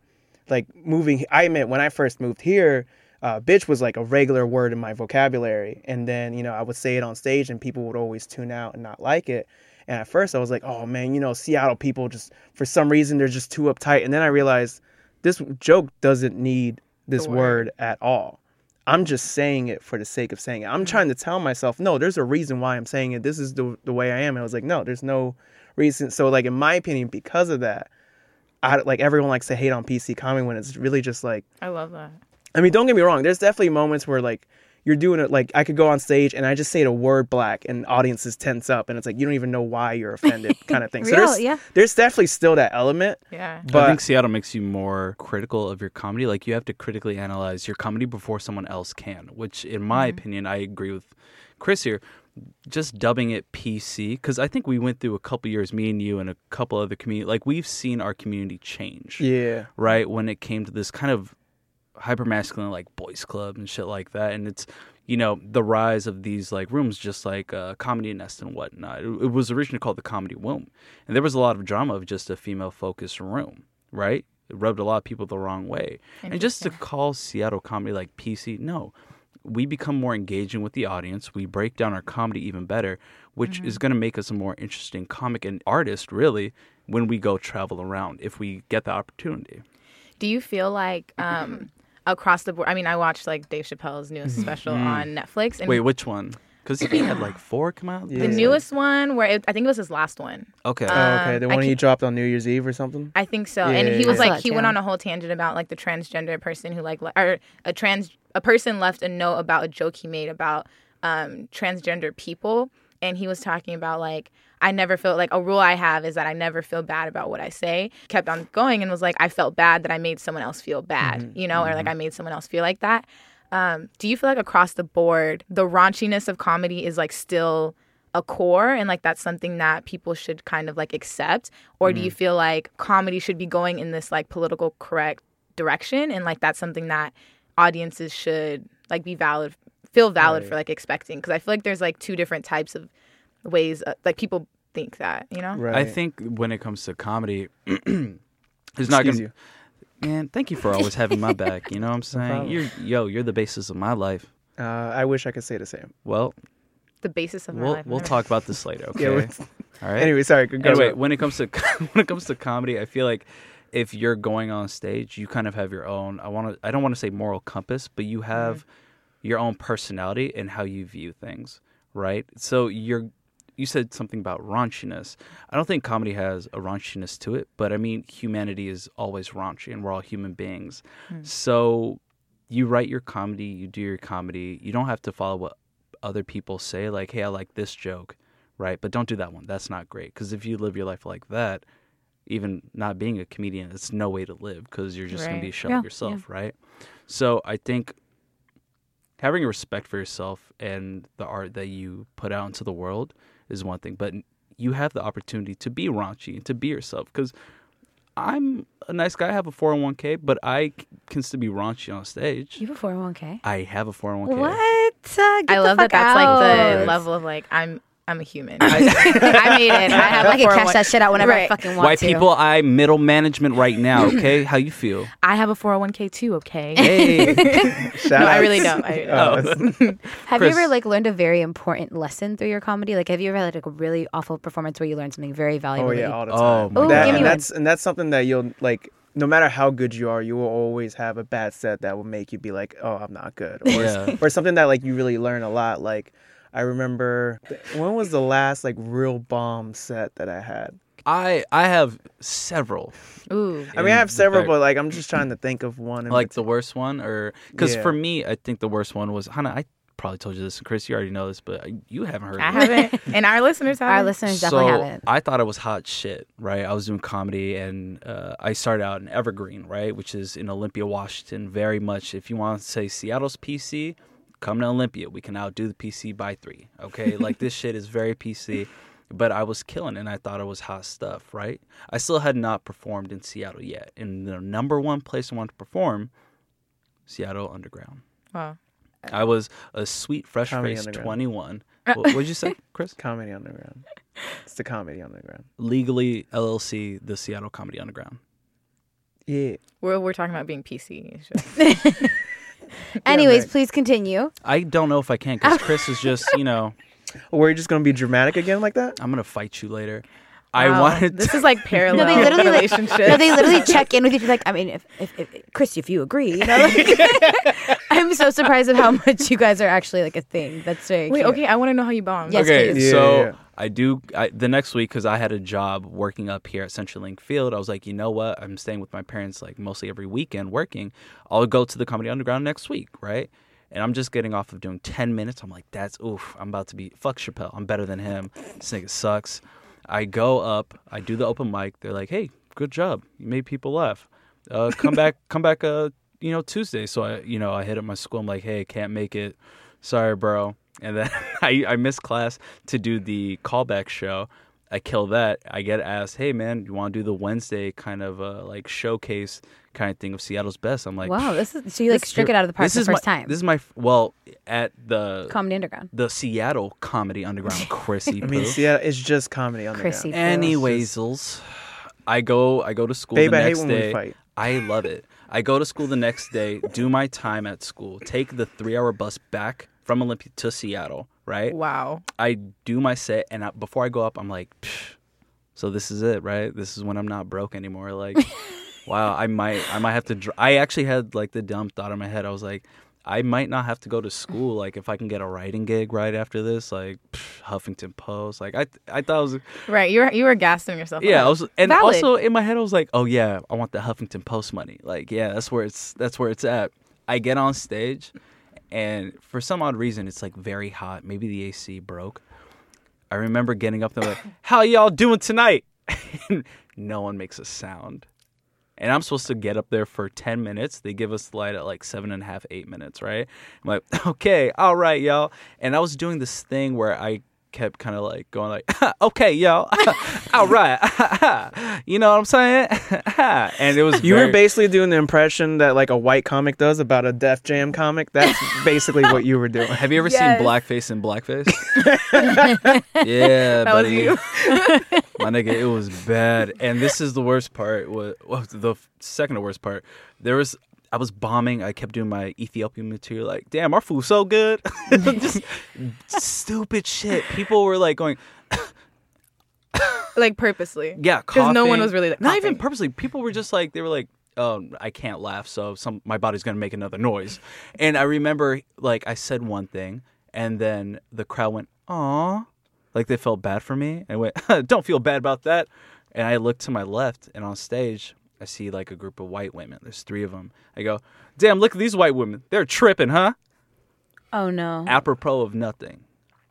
D: like moving, I admit when I first moved here, uh, bitch was like a regular word in my vocabulary. And then you know I would say it on stage, and people would always tune out and not like it. And at first I was like, oh man, you know Seattle people just for some reason they're just too uptight. And then I realized this joke doesn't need this word at all. I'm just saying it for the sake of saying it. I'm trying to tell myself, no, there's a reason why I'm saying it. This is the the way I am. And I was like, no, there's no reason. So like in my opinion, because of that, I like everyone likes to hate on PC comedy when it's really just like
E: I love that.
D: I mean, don't get me wrong. There's definitely moments where like you're doing it. Like I could go on stage and I just say the word black, and audiences tense up, and it's like you don't even know why you're offended, kind of thing. so
F: Real,
D: there's
F: yeah.
D: there's definitely still that element.
E: Yeah.
D: But
C: I think Seattle makes you more critical of your comedy. Like you have to critically analyze your comedy before someone else can, which, in my opinion, I agree with Chris here. Just dubbing it PC because I think we went through a couple years, me and you and a couple other community. Like we've seen our community change,
D: yeah,
C: right? When it came to this kind of hyper masculine, like boys club and shit like that, and it's you know the rise of these like rooms, just like uh, comedy nest and whatnot. It, it was originally called the comedy womb, and there was a lot of drama of just a female focused room, right? It rubbed a lot of people the wrong way, and just to call Seattle comedy like PC, no. We become more engaging with the audience. We break down our comedy even better, which is going to make us a more interesting comic and artist, really, when we go travel around if we get the opportunity.
E: Do you feel like um across the board? I mean, I watched like Dave Chappelle's newest
D: Mm-hmm.
E: special
D: Mm.
E: on Netflix, and
C: Wait, which one? Because he had like four come out.
E: the newest one where it, I think it was his last one.
C: Okay.
D: Oh, okay. The
E: Um, I
D: one he
E: can't-
D: dropped on New Year's Eve or something.
E: I think so.
D: Yeah,
E: and he was
D: yeah,
F: yeah. I saw
E: like,
F: that
E: he went
F: too.
E: on a whole tangent about like the transgender person who like, le- or a trans, a person left a note about a joke he made about um, transgender people. And he was talking about like, I never feel like a rule I have is that I never feel bad about what I say. Kept on going and was like, I felt bad that I made someone else feel bad,
F: Mm-hmm.
E: you know, or like I made someone else feel like that. Um, do you feel like across the board, the raunchiness of comedy is like still a core and like that's something that people should kind of like accept? Or
C: Mm-hmm.
E: do you feel like comedy should be going in this like political correct direction and like that's something that audiences should like be valid, feel valid for like expecting? Because I feel like there's like two different types of ways uh, like people think that, you know?
D: Right.
C: I think when it comes to comedy, it's not going
D: Excuse
C: to. Man, thank you for always having my back. You know what I'm saying?
D: problem.
C: you're yo, you're the basis of my life.
D: Uh, I wish I could say the same.
C: Well,
E: The basis of my
C: we'll
E: life.
C: we'll
E: Never-
C: talk about this later. Okay.
D: Yeah,
C: All right.
D: Anyway, sorry. Go
C: anyway,
D: go.
C: when it comes to when it comes to comedy, I feel like if you're going on stage, you kind of have your own. I want to. I don't want to say moral compass, but you have your own personality and how you view things, right? So you're. You said something about raunchiness. I don't think comedy has a raunchiness to it, but I mean humanity is always raunchy, and we're all human beings. So you write your comedy, you do your comedy. You don't have to follow what other people say, like, hey, I like this joke, right? But don't do that one. That's not great. Because if you live your life like that, even not being a comedian, it's no way to live because you're just going
E: Right.
C: to be a shell
F: Yeah,
C: of yourself, right? So I think having a respect for yourself and the art that you put out into the world is one thing, but you have the opportunity to be raunchy and to be yourself because I'm a nice guy. I have a 401k, but I c- can still be raunchy on stage.
F: You have a 401k.
C: I have a 401k.
F: What? Uh, get
E: I
F: the
E: love that
F: fuck
E: that's like the
F: out.
E: level of like I'm I'm a human. I made it. I have
F: I
E: like
F: can cash that shit out whenever I
E: Right.
F: fucking want
C: White
F: to.
C: people, I middle management right now. Okay, how you feel?
E: I have a 401k too. Okay.
C: Hey,
D: Shout
E: No, I
D: out.
E: really don't. I,
D: Oh, it's-
F: Have
C: Chris.
F: you ever like learned a very important lesson through your comedy? Like, have you ever had like a really awful performance where you learned something very valuable?
D: oh
F: that
D: yeah,
F: you-
D: all the
C: Oh,
D: time.
C: my Ooh,
D: That-
F: give me
D: and
F: one.
D: that's and that's something that you'll like. No matter how good you are, you will always have a bad set that will make you be like, "Oh, I'm not good," or,
C: Yeah.
D: or something that like you really learn a lot. Like I remember, when was the last like real bomb set that I had?
C: I I have several.
E: Ooh.
D: I mean, I have
C: In
D: several,
C: fact-
D: but like I'm just trying to think of one. in
C: like the worst one or because
D: Yeah.
C: for me i think the worst one was hannah i probably told you this and chris you already know this but you haven't heard
E: I
C: of it
E: haven't. And our listeners have.
F: Our listeners definitely
C: so
F: haven't.
C: I thought it was hot shit, right? I was doing comedy and uh, I started out in Evergreen, right, which is in Olympia, Washington. Very much, if you want to say Seattle's PC, come to Olympia. We can outdo the PC by three. Okay, like this shit is very PC, but I was killing it and I thought it was hot stuff, right? I still had not performed in Seattle yet, and the number one place I wanted to perform, Seattle Underground.
E: Wow.
C: I was a sweet, fresh
D: Comedy
C: face,
D: Underground.
C: twenty one. what what'd you say, Chris?
D: comedy underground. It's the comedy underground.
C: legally LLC the Seattle Comedy Underground.
D: Yeah.
E: We're, we're talking about being PC. and shit.
F: Anyways,
D: right.
F: please continue.
C: I don't know if I can because Chris is just you know
D: We're just gonna be dramatic again like that.
C: I'm gonna fight you later. I
E: Wow.
C: wanted
E: Oh, This
C: to,
E: is like parallel
F: No, they literally like,
E: relationships.
F: no, they literally check in with each other. Like, I mean, if, if, if Chris, if you agree, you know, like- I'm so surprised at how much you guys are actually like a thing. That's very
E: Wait,
F: cute.
E: okay, I want to know how you bombed.
F: Yes,
C: okay.
F: please.
D: Yeah,
C: so
D: yeah, yeah.
C: I do I, the next week because I had a job working up here at Central Link Field. I was like, you know what? I'm staying with my parents like mostly every weekend working. I'll go to the Comedy Underground next week, right? And I'm just getting off of doing 10 minutes. I'm like, that's oof. I'm about to be fuck Chappelle. I'm better than him. This nigga sucks. I go up. I do the open mic. They're like, hey, good job. You made people laugh. Uh, come back. Come back. Uh, you know Tuesday. So I, you know, I hit up my school. I'm like, hey, can't make it. Sorry, bro. And then I, I missed class to do the callback show. I kill that. I get asked, hey, man, you want to do the Wednesday kind of uh, like showcase kind of thing of Seattle's best? I'm like,
F: Wow, this is so you like struck it out of the park
C: This
F: the
C: is
F: first
C: my,
F: time.
C: This is my, well, at the
F: Comedy Underground.
C: the Seattle Comedy Underground, Chrissy
D: I mean,
C: Poo.
D: Seattle. It's just comedy underground.
F: Chrissy.
C: Anyways, I go I go to school
D: Babe,
C: the
D: I hate
C: next
D: when we
C: day.
D: fight.
C: I love it. I go to school the next day, do my time at school, take the three hour bus back from Olympia to Seattle, right?
E: Wow.
C: I do my set, and I, before I go up, I'm like, "Psh, so this is it, right? This is when I'm not broke anymore. Like, wow, I might, I might have to. Dr- I actually had like the dumb thought in my head. I was like, I might not have to go to school. Like, if I can get a writing gig right after this, like psh, Huffington Post. Like, I, I thought I was,
E: Right, you were you were gassing yourself.
C: yeah, I
E: up.
C: was, and
E: Valid.
C: also in my head, I was like, oh yeah, I want the Huffington Post money. Like, yeah, that's where it's, that's where it's at. I get on stage, and for some odd reason, it's like very hot. Maybe the AC broke. I remember getting up there like, "How y'all doing tonight?" And no one makes a sound, and I'm supposed to get up there for ten minutes. They give us the light at like seven and a half, eight minutes, right? I'm like, "Okay, all right, y'all." And I was doing this thing where I kept kind of like going like, "Okay, y'all, all right," you know what I'm saying? and it was
D: You
C: very-
D: were basically doing the impression that like a white comic does about a Def Jam comic. That's basically what you were doing.
C: Have you ever
E: Yes.
C: seen blackface in blackface? yeah,
E: That was
C: buddy.
E: you.
C: My nigga, it was bad. And this is the worst part. Was well, the f- second to worst part. There was I was bombing. I kept doing my Ethiopian material. Like, damn, our food so good. Just stupid shit. People were like going,
E: like purposely.
C: yeah,
E: because no one
C: coughing.
E: was really like,
C: not even
E: coughing.
C: purposely. People were just like they were like, um, I can't laugh, so some my body's gonna make another noise. And I remember like I said one thing, and then the crowd went, "Aw," like they felt bad for me, and went, "Don't feel bad about that." And I looked to my left, and on stage. I see like a group of white women. There's three of them. I go, damn! Look at these white women. They're tripping, huh?
F: Oh no.
C: Apropos of nothing.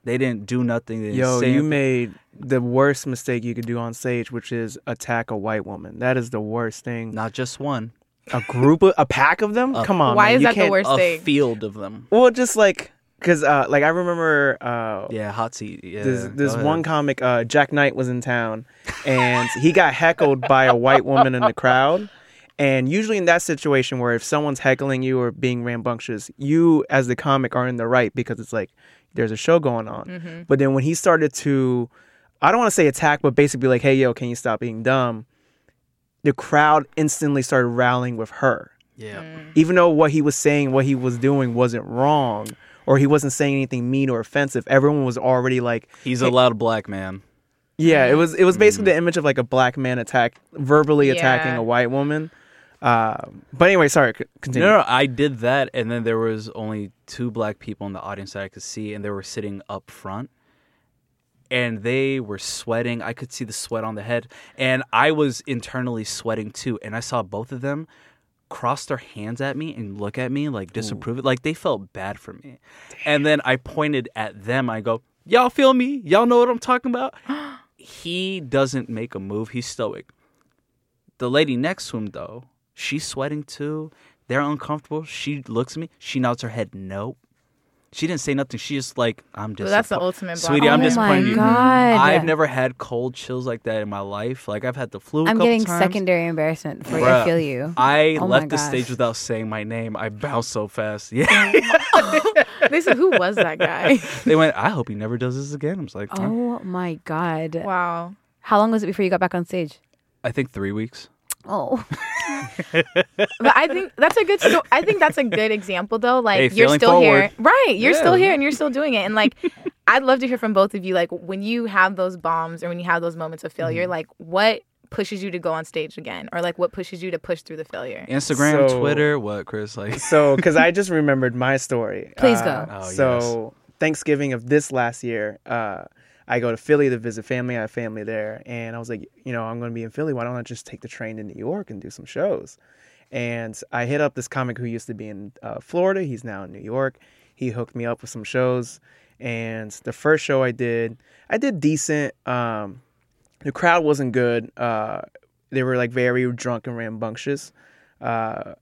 C: They didn't do nothing. They didn't
D: Yo,
C: say
D: you
C: anything.
D: made the worst mistake you could do on stage, which is attack a white woman. That is the worst thing.
C: not just one,
D: A group of a pack of them? Come on.
E: Why
D: man.
E: is
D: You
E: that the
D: can't-
E: worst?
C: a
E: Thing.
C: field of them.
D: Well, just like because uh, like I remember uh,
C: Yeah, hot seat. Yeah,
D: There's
C: go
D: there's
C: ahead.
D: one comic, uh, Jack Knight was in town, and he got heckled by a white woman in the crowd, And usually in that situation where if someone's heckling you or being rambunctious, you as the comic are in the right because it's like there's a show going on. But then when he started to, I don't want to say attack, but basically like, hey yo, can you stop being dumb? The crowd instantly started rallying with her
B: Yeah.
C: Mm. Mm-hmm.
D: even though what he was saying, what he was doing wasn't wrong, or he wasn't saying anything mean or offensive, everyone was already like,
C: He's a loud black man.
D: yeah, it was it was basically the image of like a black man attack verbally attacking
E: Yeah.
D: a white woman. Uh, but anyway, sorry, c- continue.
C: No, no, I did that, and then there was only two black people in the audience that I could see, and they were sitting up front, and they were sweating. I could see the sweat on the head, and I was internally sweating too. And I saw both of them cross their hands at me and look at me like disapprove it, like they felt bad for me. And then I pointed at them. I go, "Y'all feel me? Y'all know what I'm talking about." he doesn't make a move. He's stoic. The lady next to him, though, she's sweating too. They're uncomfortable. She looks at me. She nods her head. Nope. She didn't say nothing. She's just like, I'm disappointed.
E: that's the ultimate black
C: Sweetie, I'm
E: woman.
F: oh my
C: disappointed. in you.
F: god!
C: I've never had cold chills like that in my life. Like, I've had the flu. i
F: I'm getting
C: times.
F: secondary embarrassment for
C: Bruh,
F: I feel you.
C: I
F: Oh my
C: left the
F: gosh.
C: stage without saying my name. I bounced so fast. Yeah.
E: This is who was that guy?
C: they went, I hope he never does this again. I was like, "Huh."
F: Oh my god!
E: wow.
F: How long was it before you got back on stage?
C: I think three weeks.
F: Oh,
E: But I think that's a good. Sto- I think that's a good example, though. Like
C: Hey,
E: you're
C: feeling
E: still here,
C: forward.
E: right? You're still
C: Yeah.
E: here, and you're still doing it. And like, I'd love to hear from both of you. Like when you have those bombs, or when you have those moments of failure,
C: Mm-hmm.
E: like what pushes you to go on stage again, or like what pushes you to push through the failure?
C: Instagram,
D: So-
C: Twitter, what, Chris? Like,
D: so because I just remembered my story.
F: Please go.
D: Uh,
C: Oh,
D: so Thanksgiving of this last year, uh, I go to Philly to visit family. I have family there, and I was like, you know, I'm going to be in Philly. Why don't I just take the train to New York and do some shows? And I hit up this comic who used to be in uh, Florida. He's now in New York. He hooked me up with some shows, and the first show I did, I did decent. Um, the crowd wasn't good. Uh, they were like very drunk and rambunctious. Uh,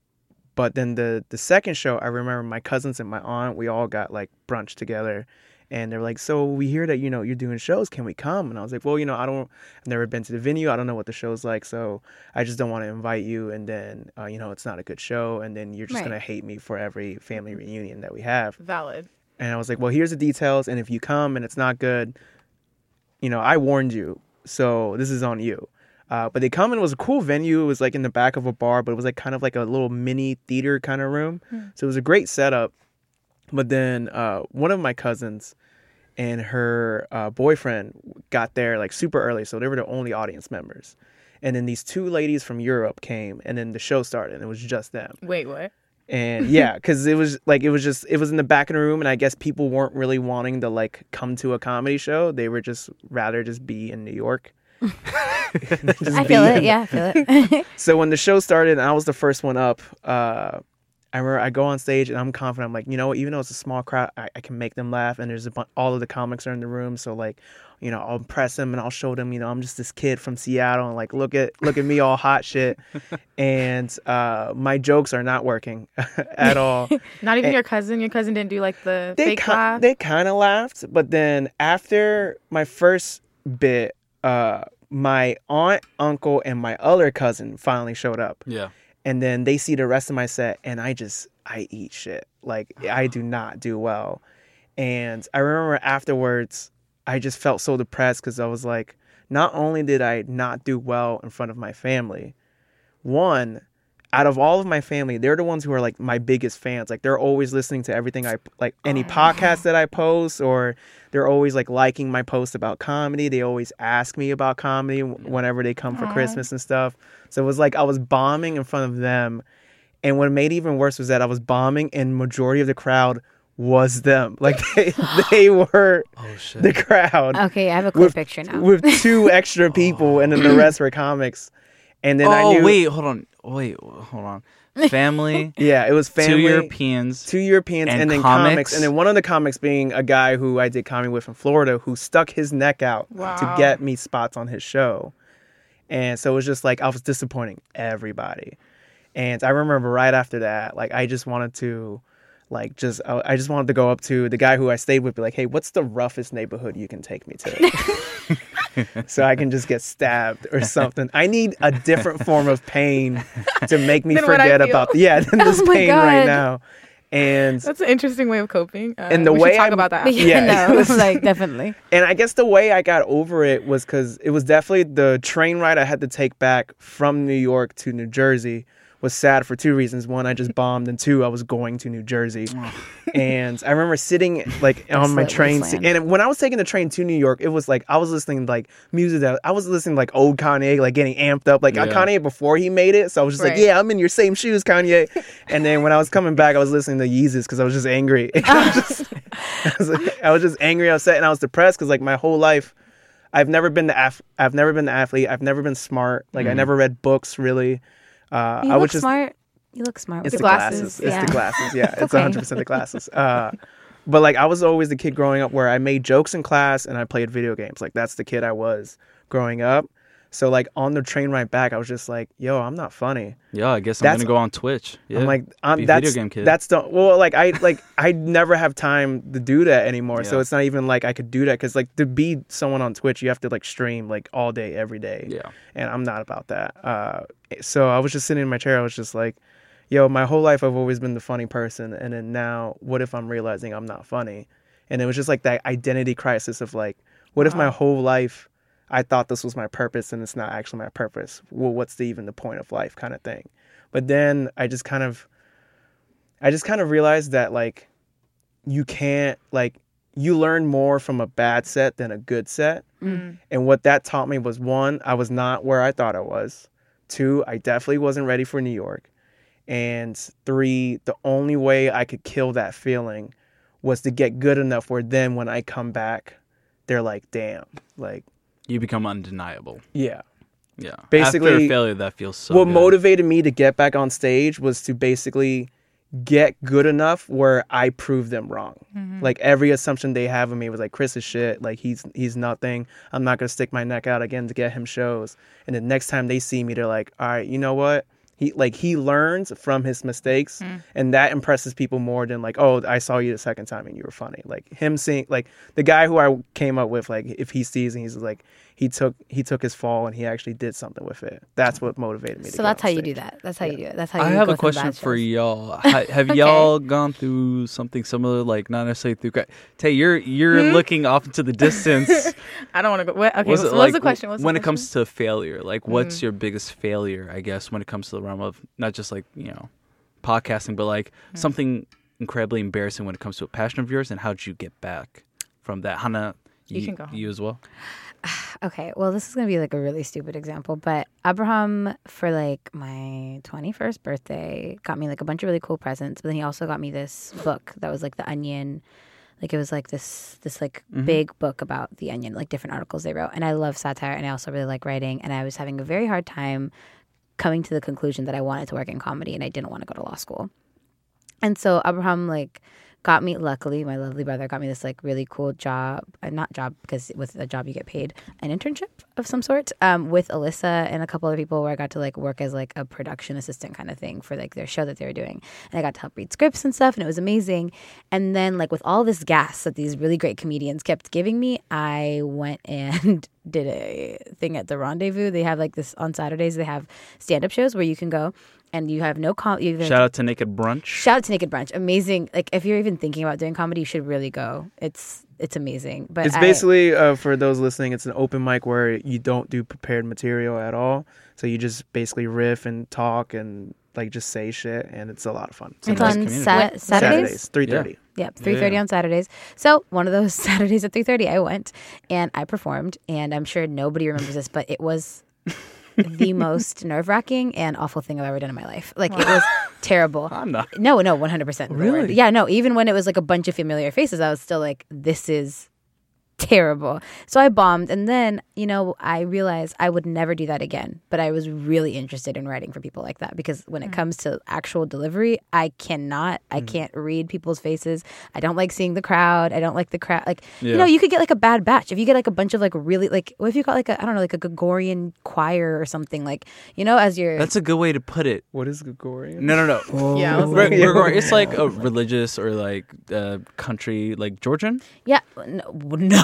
D: but then the the second show, I remember my cousins and my aunt, we all got like brunch together, and they're like, "So we hear that you know you're doing shows. Can we come?" And I was like, "Well, you know, I don't. I've never been to the venue. I don't know what the show's like, so I just don't want to invite you. And then uh, you know, it's not a good show, and then you're just
F: Right.
D: gonna hate me for every family reunion that we have."
E: Valid.
D: And I was like, well, here's the details. And if you come and it's not good, you know, I warned you. So this is on you. Uh, but they come and it was a cool venue. It was like in the back of a bar, but it was like kind of like a little mini theater kind of room. So it was a great setup. But then uh, one of my cousins and her uh, boyfriend got there like super early. So they were the only audience members. And then these two ladies from Europe came and then the show started and it was just them
E: Wait, what?
D: and yeah because it was like it was just it was in the back of the room and i guess people weren't really wanting to like come to a comedy show they were just rather just be in new york
F: I feel it. Yeah, I feel it.
D: so when the show started and i was the first one up uh I remember I go on stage and I'm confident. I'm like, you know, what, even though it's a small crowd, I, I can make them laugh. And there's a bunch, all of the comics are in the room, so like, you know, I'll impress them and I'll show them, you know, I'm just this kid from Seattle and like, look at look at me, all hot shit. and uh, my jokes are not working at all.
E: Not
C: Eh.
E: even your cousin. Your cousin didn't do like the
D: they
E: fake
D: ki-
E: laugh.
D: they kind of laughed, but then after my first bit, uh, my aunt, uncle, and my other cousin finally showed up,
C: yeah.
D: and then they see the rest of my set, and I just I eat shit. Like I do not do well, and I remember afterwards, I just felt so depressed because I was like, not only did I not do well in front of my family, one out of all of my family they're the ones who are like my biggest fans like they're always listening to everything i like any
F: Oh.
D: podcast that i post or they're always like liking my post about comedy they always ask me about comedy w- whenever they come for christmas and stuff so it was like i was bombing in front of them and what made it even worse was that i was bombing and majority of the crowd was them like they, they were the crowd
F: Oh, okay, I have a clear picture now.
D: with two extra people and then the rest were comics and then i
C: oh
D: knew
C: wait, hold on. Wait, hold on. Family,
D: Yeah, it was family,
C: two Europeans.
D: two Europeans, and,
C: and
D: then comics.
C: comics.
D: and then one of the comics being a guy who I did comedy with in Florida, who stuck his neck out to
E: Wow.
D: get me spots on his show, and so it was just like I was disappointing everybody, and I remember right after that, like I just wanted to, like just uh, I I just wanted to go up to the guy who I stayed with, be like, "Hey, what's the roughest neighborhood you can take me to?" so I can just get stabbed or something. I need a different form of pain to make me
E: Than what I
D: forget
E: feel.
D: about yeah than this
F: Oh my
D: pain
F: God.
D: right now. And
E: That's an interesting way of coping. Uh,
D: And the
E: we
D: way
E: should talk
D: I'm-
E: about that. after.
D: Yeah.
F: Yeah, no, like definitely.
D: And I guess the way I got over it was because it was definitely the train ride I had to take back from New York to New Jersey was sad for two reasons. One, I just bombed, and two, I was going to New Jersey. and I remember sitting like on my
F: Desolate
D: train,
F: wasteland.
D: and when I was taking the train to New York, it was like I was listening like music that I was listening like old Kanye, like getting amped up, like
C: Yeah.
D: Kanye before he made it. So I was just
E: Right.
D: like, yeah, I'm in your same shoes, Kanye. and then when I was coming back, I was listening to Yeezus because I was just angry. I was just- I was, like- I was just angry, upset, and I was depressed because like my whole life, I've never been the af- I've never been the athlete. I've never been smart. Like I never read books really. Uh,
F: You
D: I
F: look
D: was just
F: smart. You look smart.
D: it's
F: with
D: the
F: your
D: glasses. It's
F: yeah.
D: the glasses. Yeah, it's
F: okay.
D: 100 percent the glasses. Uh, but like I was always the kid growing up where I made jokes in class and I played video games. Like that's the kid I was growing up. So like on the train ride back, I was just like, "Yo, I'm not funny."
C: Yeah, I guess I'm
D: That's-
C: gonna go on Twitch. Yeah.
D: I'm like, I'm
C: Be a
D: that's
C: video game kid.
D: that's the well, like I like I never have time to do that anymore. So
C: Yeah.
D: it's not even like I could do that because like to be someone on Twitch, you have to like stream like all day every day.
C: Yeah.
D: and I'm not about that. Uh, so I was just sitting in my chair. I was just like, yo, my whole life I've always been the funny person, and then now what if I'm realizing I'm not funny? And it was just like that identity crisis of like, what if my whole life I thought this was my purpose and it's not actually my purpose? Well, what's the, even the point of life kind of thing? But then I just kind of, I just kind of realized that like, you can't like, you learn more from a bad set than a good set. And what that taught me was one, I was not where I thought I was. Two, I definitely wasn't ready for New York. And three, the only way I could kill that feeling was to get good enough where then when I come back, they're like, damn. Like,
C: you become undeniable.
D: yeah.
C: Yeah. After
D: Basically,
C: a failure, that feels so.
D: what
C: good.
D: motivated me to get back on stage was to basically get good enough where I prove them wrong.
F: Mm-hmm.
D: Like every assumption they have of me was like Chris is shit, like he's he's nothing. I'm not gonna stick my neck out again to get him shows. And the next time they see me, they're like, all right, you know what? He like he learns from his mistakes,
F: Mm.
D: and that impresses people more than like, oh, I saw you the second time and you were funny. Like him seeing like the guy who I came up with, like if he sees and he's like he took he took his fall and he actually did something with it. That's what motivated me. to
F: So
D: get
F: that's how
D: on
F: you do
D: stage.
F: that. That's how you do it. That's how you.
C: I have
F: go
C: a
F: through
C: question
F: bad
C: for
F: shows.
C: y'all. Ha- Have y'all gone through something similar, like not necessarily through? gra- Tay, you're you're
D: Hmm?
C: looking off into the distance.
E: I don't want to go. What, okay,
C: Was
E: what's,
C: it
E: what's
C: like
E: the question? What's the
C: when it
E: question? Mm.
C: comes to failure? Like, what's your biggest failure? I guess when it comes to the realm of not just like you know podcasting, but like
E: Mm.
C: something incredibly embarrassing when it comes to a passion of yours, and how'd you get back from that, Hannah? You,
E: can go home.
C: You as well.
F: Okay, well, this is gonna be like a really stupid example, but Abraham for like my twenty first birthday got me like a bunch of really cool presents, but then he also got me this book that was like the Onion, like it was like this this like
D: Mm-hmm.
F: big book about the Onion, like different articles they wrote, and I love satire, and I also really like writing, and I was having a very hard time coming to the conclusion that I wanted to work in comedy and I didn't want to go to law school. And so Abraham like got me luckily my lovely brother got me this like really cool job uh, not job because with a job you get paid an internship of some sort um, with Alyssa and a couple other people where I got to like work as like a production assistant kind of thing for like their show that they were doing and I got to help read scripts and stuff and it was amazing and then like with all this gas that these really great comedians kept giving me I went and did a thing at the rendezvous they have like this on Saturdays they have stand up shows where you can go and you have no com- you have
C: Shout out to Naked Brunch.
F: Shout out to Naked Brunch. Amazing. Like if you're even thinking about doing comedy, you should really go. It's it's amazing. But
D: It's
F: I-
D: basically uh, for those listening. It's an open mic where you don't do prepared material at all. So you just basically riff and talk and like just say shit, and it's a lot of fun.
F: it's
C: nice
F: on
C: community.
F: Sa- Saturdays.
D: three thirty.
F: Yep, three thirty on Saturdays. So one of those Saturdays at three thirty, I went and I performed, and I'm sure nobody remembers this, but it was the most nerve wracking and awful thing I've ever done in my life. Like it was terrible.
C: I'm not.
F: No, no, one hundred percent. Really? Yeah, no. Even when it was like a bunch of familiar faces, I was still like, "This is terrible. So I bombed. And then, you know, I realized I would never do that again. But I was really interested in writing for people like that because when it comes to actual delivery, I cannot, I can't read people's faces. I don't like seeing the crowd. I don't like the crowd. Like, you know, you could get like a bad batch. If you get like a bunch of like really, like, what if you got like a, I don't know, like a Gregorian choir or something? Like, you know, as your.
B: That's a good way to put it.
D: What is Gregorian?
B: No, no, no.
D: Oh.
E: Yeah, I was
B: Gre-
D: like-
B: Gregor- it's like a religious or like uh, country, like Georgian.
F: yeah. No. no.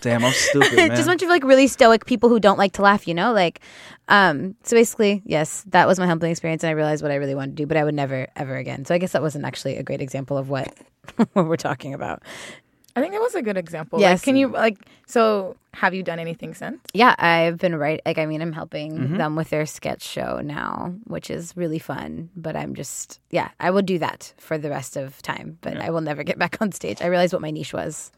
B: Damn, I'm stupid, man.
F: just a bunch of like really stoic people who don't like to laugh, you know? Like, um, so basically, yes, that was my humbling experience, and I realized what I really wanted to do, but I would never, ever again. So I guess that wasn't actually a great example of what what we're talking about.
E: I think that was a good example.
F: Yes.
E: Like, can you like so? Have you done anything since?
F: Yeah, I've been right. Like, I mean, I'm helping them with their sketch show now, which is really fun. But I'm just, yeah, I will do that for the rest of time. But I will never get back on stage. I realized what my niche was.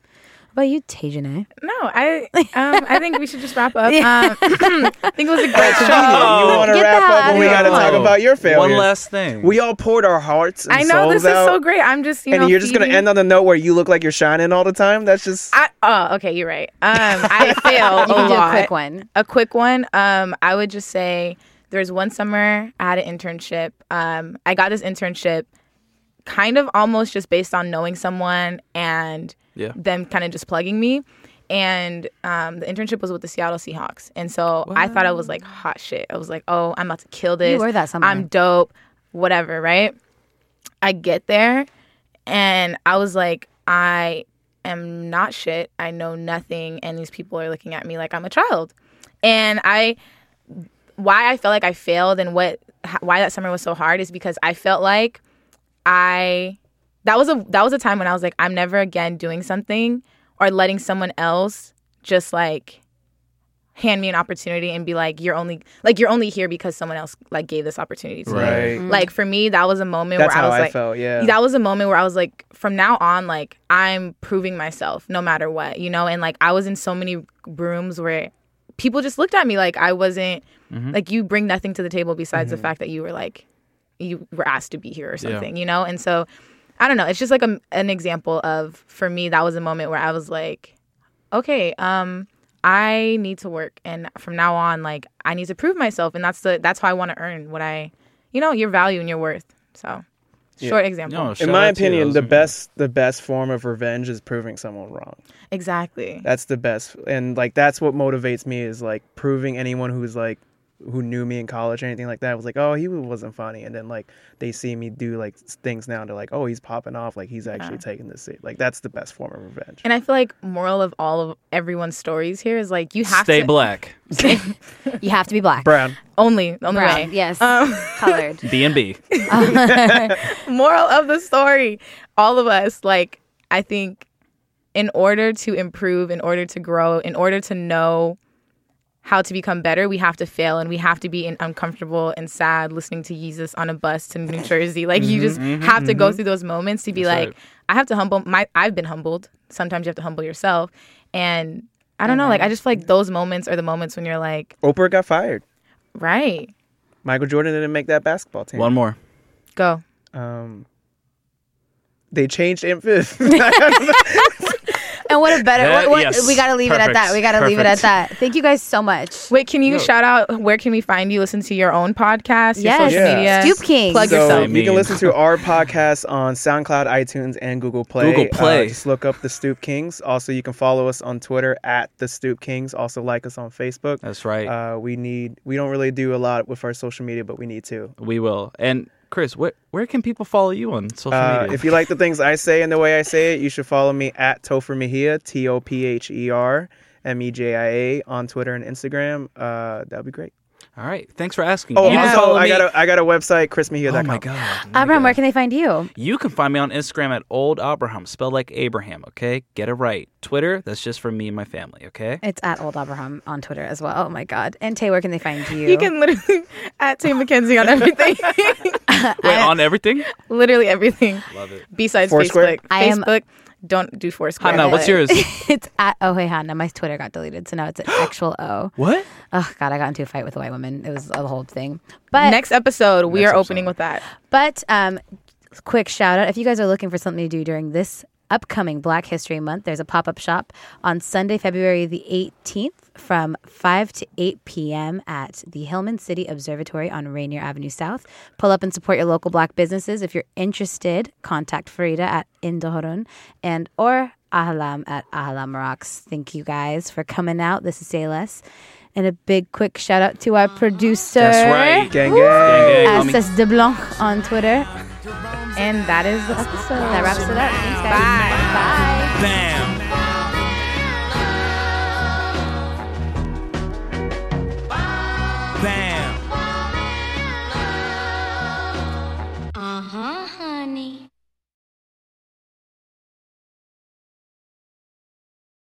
F: How about you, Tajane?
E: No, I um, I think we should just wrap up. Um, I think it was a great show.
D: you want to
F: Get
D: wrap
F: the hell
D: up
F: outta
D: when we
F: here.
D: got to talk
B: Oh.
D: about your failures.
B: One last thing.
D: We all poured our hearts. And
E: I know this
D: souls out,
E: is so great. I'm just you
D: And
E: know.
D: you're just gonna
E: feeding-
D: end on the note where you look like you're shining all the time. That's just.
E: I, oh, okay, you're right. Um, I fail
F: You
E: a
F: can do a
E: lot.
F: quick one.
E: A quick one. Um, I would just say there was one summer I had an internship. Um, I got this internship kind of almost just based on knowing someone and
B: Yeah.
E: them kind of just plugging me. And um, the internship was with the Seattle Seahawks. And so I thought I was like hot shit. I was like, oh, I'm about to kill this.
F: were that summer.
E: I'm dope, whatever, right? I get there and I was like, I am not shit. I know nothing. And these people are looking at me like I'm a child. And I, why I felt like I failed and what, h- why that summer was so hard is because I felt like I, that was a, that was a time when I was like, I'm never again doing something or letting someone else just like, hand me an opportunity and be like you're only like you're only here because someone else like gave this opportunity to you.
D: Right.
E: Like for me, that was a moment
D: That's
E: Mm, where I
D: how
E: was
D: I
E: like,
D: felt, yeah.
E: that was a moment where I was like, from now on, like I'm proving myself no matter what, you know. And like I was in so many rooms where people just looked at me like I wasn't like you bring nothing to the table besides the fact that you were like you were asked to be here or something, you know. And so I don't know. It's just like a, an example of for me that was a moment where I was like, okay, um, I need to work, and from now on, like I need to prove myself, and that's the that's how I want to earn what I, you know, your value and your worth. So, short example.
B: No, shout
D: in my
B: out to you.
D: opinion,
B: Those
D: the
B: are-
D: best the best form of revenge is proving someone wrong.
E: Exactly.
D: That's the best, and like that's what motivates me is like proving anyone who's like who knew me in college or anything like that was like, oh, he wasn't funny, and then like they see me do like s- things now, and they're like, oh, he's popping off, like he's actually taking this. se- Like that's the best form of revenge.
E: And I feel like moral of all of everyone's stories here is like you have
B: Stay
E: to
B: black.
F: You have to be black.
D: Brown.
E: only the only
F: Brown,
E: way.
F: yes. Colored.
B: B and B.
E: moral of the story all of us like i think in order to improve in order to grow in order to know how to become better we have to fail and we have to be in uncomfortable and sad listening to jesus on a bus to new jersey like you just have to go through those moments to be like
B: right.
E: i have to humble my i've been humbled sometimes you have to humble yourself and i don't know like i just feel like those moments are the moments when you're like
D: Oprah got fired.
E: right
D: Michael Jordan didn't make that basketball team.
B: One more.
E: go
D: Um, they changed Infif.
F: And what a better
B: That-
F: what, what,
B: yes.
F: we gotta leave it at that.
B: Perfect.
F: We gotta leave it at
B: Perfect.
F: that. Thank you guys so much.
E: Wait, can you shout out where can we find you? Listen to your own podcast,
F: Yes.
E: your social
D: Yeah.
E: media.
F: Stoop Kings.
E: Plug
D: so
E: yourself.
D: you can
B: mean.
D: listen to our podcast on SoundCloud, iTunes, and Google Play.
B: Google Play.
D: Uh, just look up the Stoop Kings. Also, you can follow us on Twitter at the Stoop Kings. Also, like us on Facebook.
B: That's right.
D: Uh, we need. We don't really do a lot with our social media, but we need to.
B: we will. And Chris, where where can people follow you on social
D: Uh,
B: media?
D: if you like the things I say and the way I say it, you should follow me at Topher Mejia, T O P H E R M E J I A, on Twitter and Instagram. Uh, that would be great.
B: All right. Thanks for asking.
D: Oh,
B: you can
D: also,
B: follow
D: I
B: me.
D: got a, I got a website,
B: oh
D: chrismejia.com.
B: my god.
F: Abram, where can they find you?
B: You can find me on Instagram at old Abraham, spelled like Abraham. Okay, get it right. Twitter, that's just for me and my family. Okay.
F: It's at Old Abraham on Twitter as well. Oh my God. And Tay, where can they find you?
E: You can literally at Tay McKenzie on everything.
B: Wait, on everything.
E: literally everything.
B: Love it.
E: Besides
D: Foursquare?
E: Facebook.
F: I am-
E: Facebook, don't do Foursquare.
B: Hannah, what's
E: but-
B: yours?
F: it's at Ohe Hannah. My Twitter got deleted, so now it's an actual O.
B: what?
F: Oh God, I got into a fight with a white woman. It was a whole thing. But
E: Next episode, we are opening with that.
F: But um, quick shout out if you guys are looking for something to do during this upcoming Black History Month, there's a pop up shop on Sunday, February the 18th from 5 to 8 p.m. at the Hillman City Observatory on Rainier Avenue South. Pull up and support your local black businesses. If you're interested, contact Farida at Indohorun and or Ahlam at Ahlam Rocks. Thank you guys for coming out. This is Sayles. And a big quick shout out to our producer.
C: That's right.
D: Gang, gang.
C: Gang, gang, homie.
F: SS DeBlanc on Twitter.
E: And that is the episode.
F: That wraps it up. Thanks, guys.
E: Bye.
F: Bye.
B: Bam.